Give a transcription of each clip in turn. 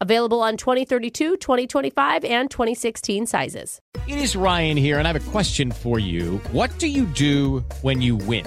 Available on 2032, 2025, and 2016 sizes. It is Ryan here, and I have a question for you. What do you do when you win?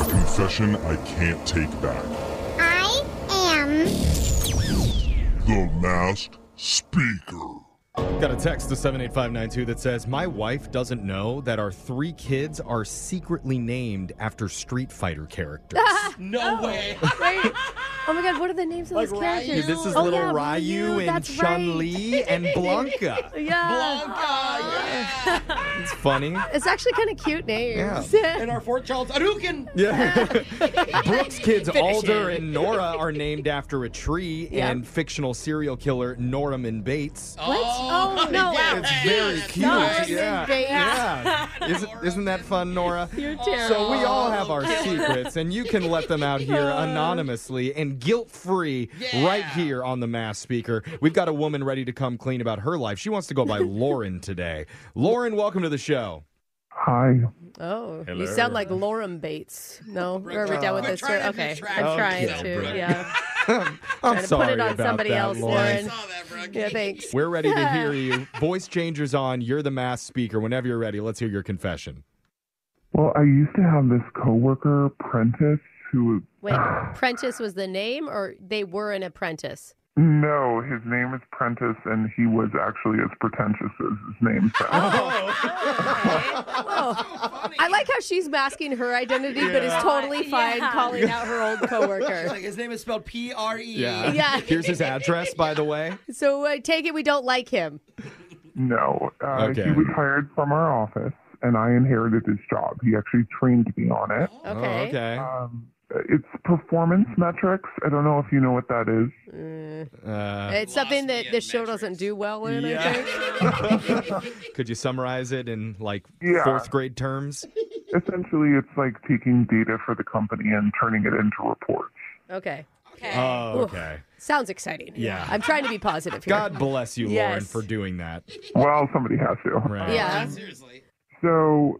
A confession I can't take back. I am. The Masked Speaker. Got a text to 78592 that says, My wife doesn't know that our three kids are secretly named after Street Fighter characters. No way. Oh my god, what are the names of those characters? this is Oh, little yeah, Ryu, and that's Chun right. Li and Blanca. Yeah. It's funny. It's actually kind of cute names. And our fourth child's Arukin. Yeah. Brooke's kids Finish Alder it. and Nora are named after a tree Yeah. and fictional serial killer Norman Bates. What? Oh, no. It's very cute. Norman yeah. Bates. yeah. Isn't, isn't that fun, Nora? You're terrible. So we all have our secrets, and you can let them out here anonymously and guilt free right here on the Mass Speaker. We've got a woman ready to come clean about her life. She wants to go by Lauren today. Lauren, welcome to the show. Hi. Oh, you sound like Lorem Bates. No, Uh, we're already done with Brooke, this. try right? to Okay, retract I'm trying yourself, to. Brooke. Yeah, I'm trying to sorry put it on about somebody that, else, Lauren. Lauren. Yeah, thanks. We're ready to hear you. Voice changers on. You're the Mass Speaker. Whenever you're ready, let's hear your confession. Well, I used to have this coworker, Prentice, who Wait, Prentice was the name, or they were an apprentice? no, his name is Prentice, and he was actually as pretentious as his name sounds. Whoa. I like how she's masking her identity, but is totally fine calling out her old coworker. Like his name is spelled P R E. Yeah. Yeah. Here's his address, by the way. so I take it we don't like him. No, uh, Okay. he was hired from our office, and I inherited his job. He actually trained me on it. Okay. Oh, okay. Um, it's performance metrics. I don't know if you know what that is. Uh, It's something that the show doesn't do well in, I think. could you summarize it in like Yeah. fourth grade terms? Essentially, it's like taking data for the company and turning it into reports. Okay. Oh, okay. Sounds exciting. Yeah. I'm trying to be positive here. God bless you, Lauren, Yes. for doing that. Well, somebody has to. Right. Yeah. Seriously. So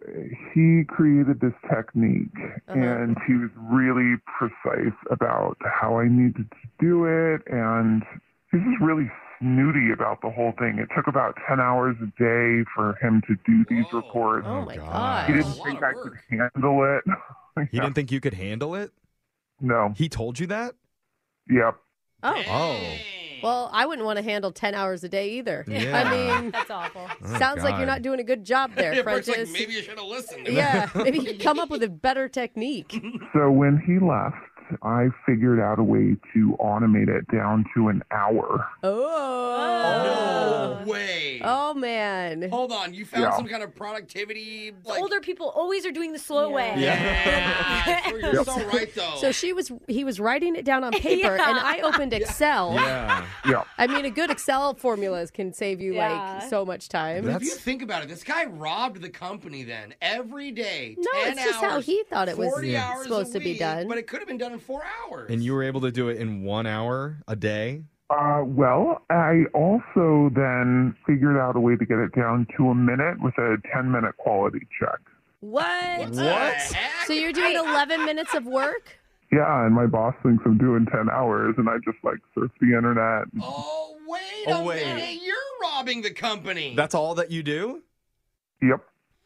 he created this technique Uh-huh. and he was really precise about how I needed to do it. And he was just really snooty about the whole thing. It took about 10 hours a day for him to do these reports. Oh, my God. he gosh. didn't a lot think of I work. could handle it. He didn't think you could handle it? no. He told you that? Yep. Oh. Oh. Well, I wouldn't want to handle 10 hours a day either. Yeah. Oh, I mean, that's awful. Sounds like you're God. not doing a good job there, Yeah, Brooke's Prentice. like, maybe you should have listened. yeah, maybe you could come up with a better technique. So when he left, I figured out a way to automate it down to an hour. Oh. No way. Oh, man. Hold on, you found Yeah. some kind of productivity like Older people always are doing the slow way. Yeah, you're so right though. So she was he was writing it down on paper Yeah. and I opened Excel. Yeah. Oh. Yeah. I mean a good Excel formulas can save you Yeah. like so much time. That- if you think about it, this guy robbed the company then every day. No, 10 it's just how hours, he thought it was 40 Yeah. hours supposed a to be week, done. But it could have been done in four hours. And you were able to do it in one hour a day? Uh, well, I also then figured out a way to get it down to a minute with a 10 minute quality check. What? The heck? So you're doing 11 minutes of work? Yeah, and my boss thinks I'm doing 10 hours, and I just like surf the internet. Oh wait Oh, a wait. minute! You're robbing the company. That's all that you do? Yep.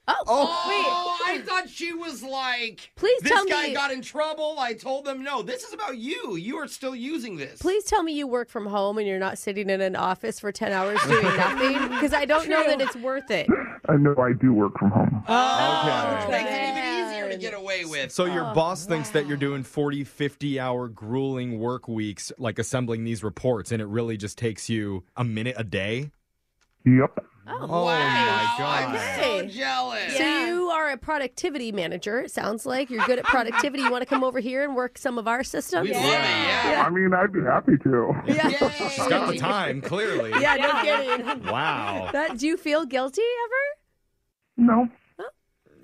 Oh, oh, I thought she was like. Please This tell guy me. got in trouble. I told them no. This is about you. You are still using this. Please tell me you work from home and you're not sitting in an office for 10 hours doing nothing because I don't know that it's worth it. I know I do work from home. Oh, Which Okay. makes it even easier to get away with. So your Oh, boss thinks that you're doing 40, 50 hour grueling work weeks, like assembling these reports, and it really just takes you a minute a day? Yep. Oh my I'm God. so jealous. So you are a productivity manager, it sounds like. You're good at productivity. You want to come over here and work some of our systems? We love it. Yeah. I mean, I'd be happy to. Yeah. Yeah, Yay. She's got the time, clearly. no kidding. Wow. That, do you feel guilty ever? No.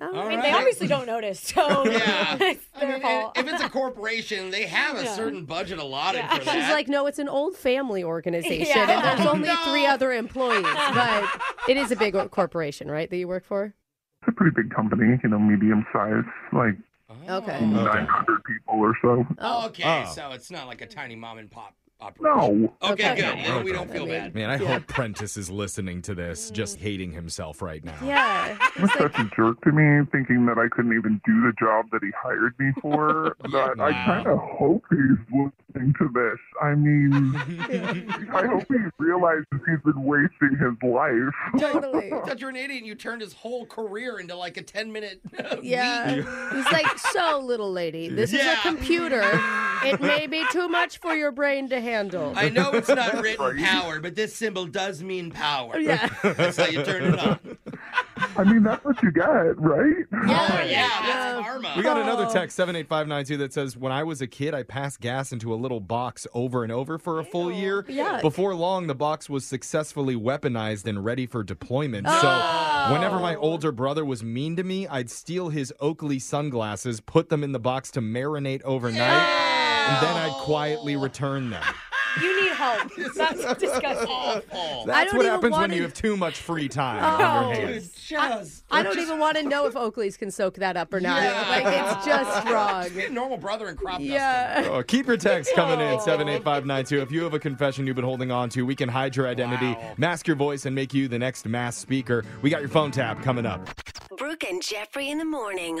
Oh, All I mean, right. they obviously don't notice, so Yeah. it's I their mean, fault. if it's a corporation, they have a certain budget allotted for that. She's like, no, it's an old family organization, Yeah. and there's only No. three other employees. But it is a big corporation, right? That you work for. It's a pretty big company, you know, medium size, like Okay. 900 people or so. Oh, okay, Oh. so it's not like a tiny mom and pop operation. No. Okay, Okay. good. Then we don't I feel mean- bad. Man, I hope Prentice is listening to this, just hating himself right now. Yeah. He was such a jerk to me, thinking that I couldn't even do the job that he hired me for. that I Wow. kind of hope he's listening to this. I mean, I hope he realizes he's been wasting his life. Totally. I thought you were an idiot and you turned his whole career into like a 10 minute. Yeah. He's like, so little lady, this is Yeah. a computer. It may be too much for your brain to handle. I know it's not written power, but this symbol does mean power. Oh, yeah. That's how you turn it on. I mean, that's what you get, right? Oh, yeah, Yeah. that's karma. We got another Oh. text, 78592, that says, When I was a kid, I passed gas into a little box over and over for a full year. Yuck. Before long, the box was successfully weaponized and ready for deployment. Oh. So, whenever my older brother was mean to me, I'd steal his Oakley sunglasses, put them in the box to marinate overnight, and then I'd quietly return them. you need help. That's disgusting. Awful. That's don't what even happens when wanna- you have too much free time Oh. on your hands. It's just. I don't even want to know if Oakley's can soak that up or not. Yeah. Like, it's just Be wrong. a normal brother and crop duster. Yeah. Oh, keep your text coming in 78592. If you have a confession you've been holding on to, we can hide your identity, mask your voice, and make you the next mass speaker. We got your phone tab coming up. Brooke and Jeffrey in the morning.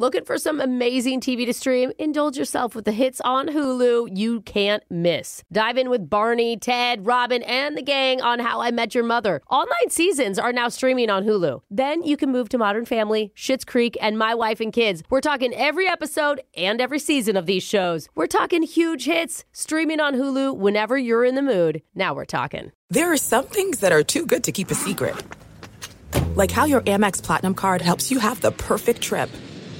Looking for some amazing TV to stream? Indulge yourself with the hits on Hulu you can't miss. Dive in with Barney, Ted, Robin, and the gang on How I Met Your Mother. All nine seasons are now streaming on Hulu. Then you can move to Modern Family, Schitt's Creek, and My Wife and Kids. We're talking every episode and every season of these shows. We're talking huge hits, streaming on Hulu whenever you're in the mood. Now we're talking. There are some things that are too good to keep a secret. Like how your Amex Platinum card helps you have the perfect trip.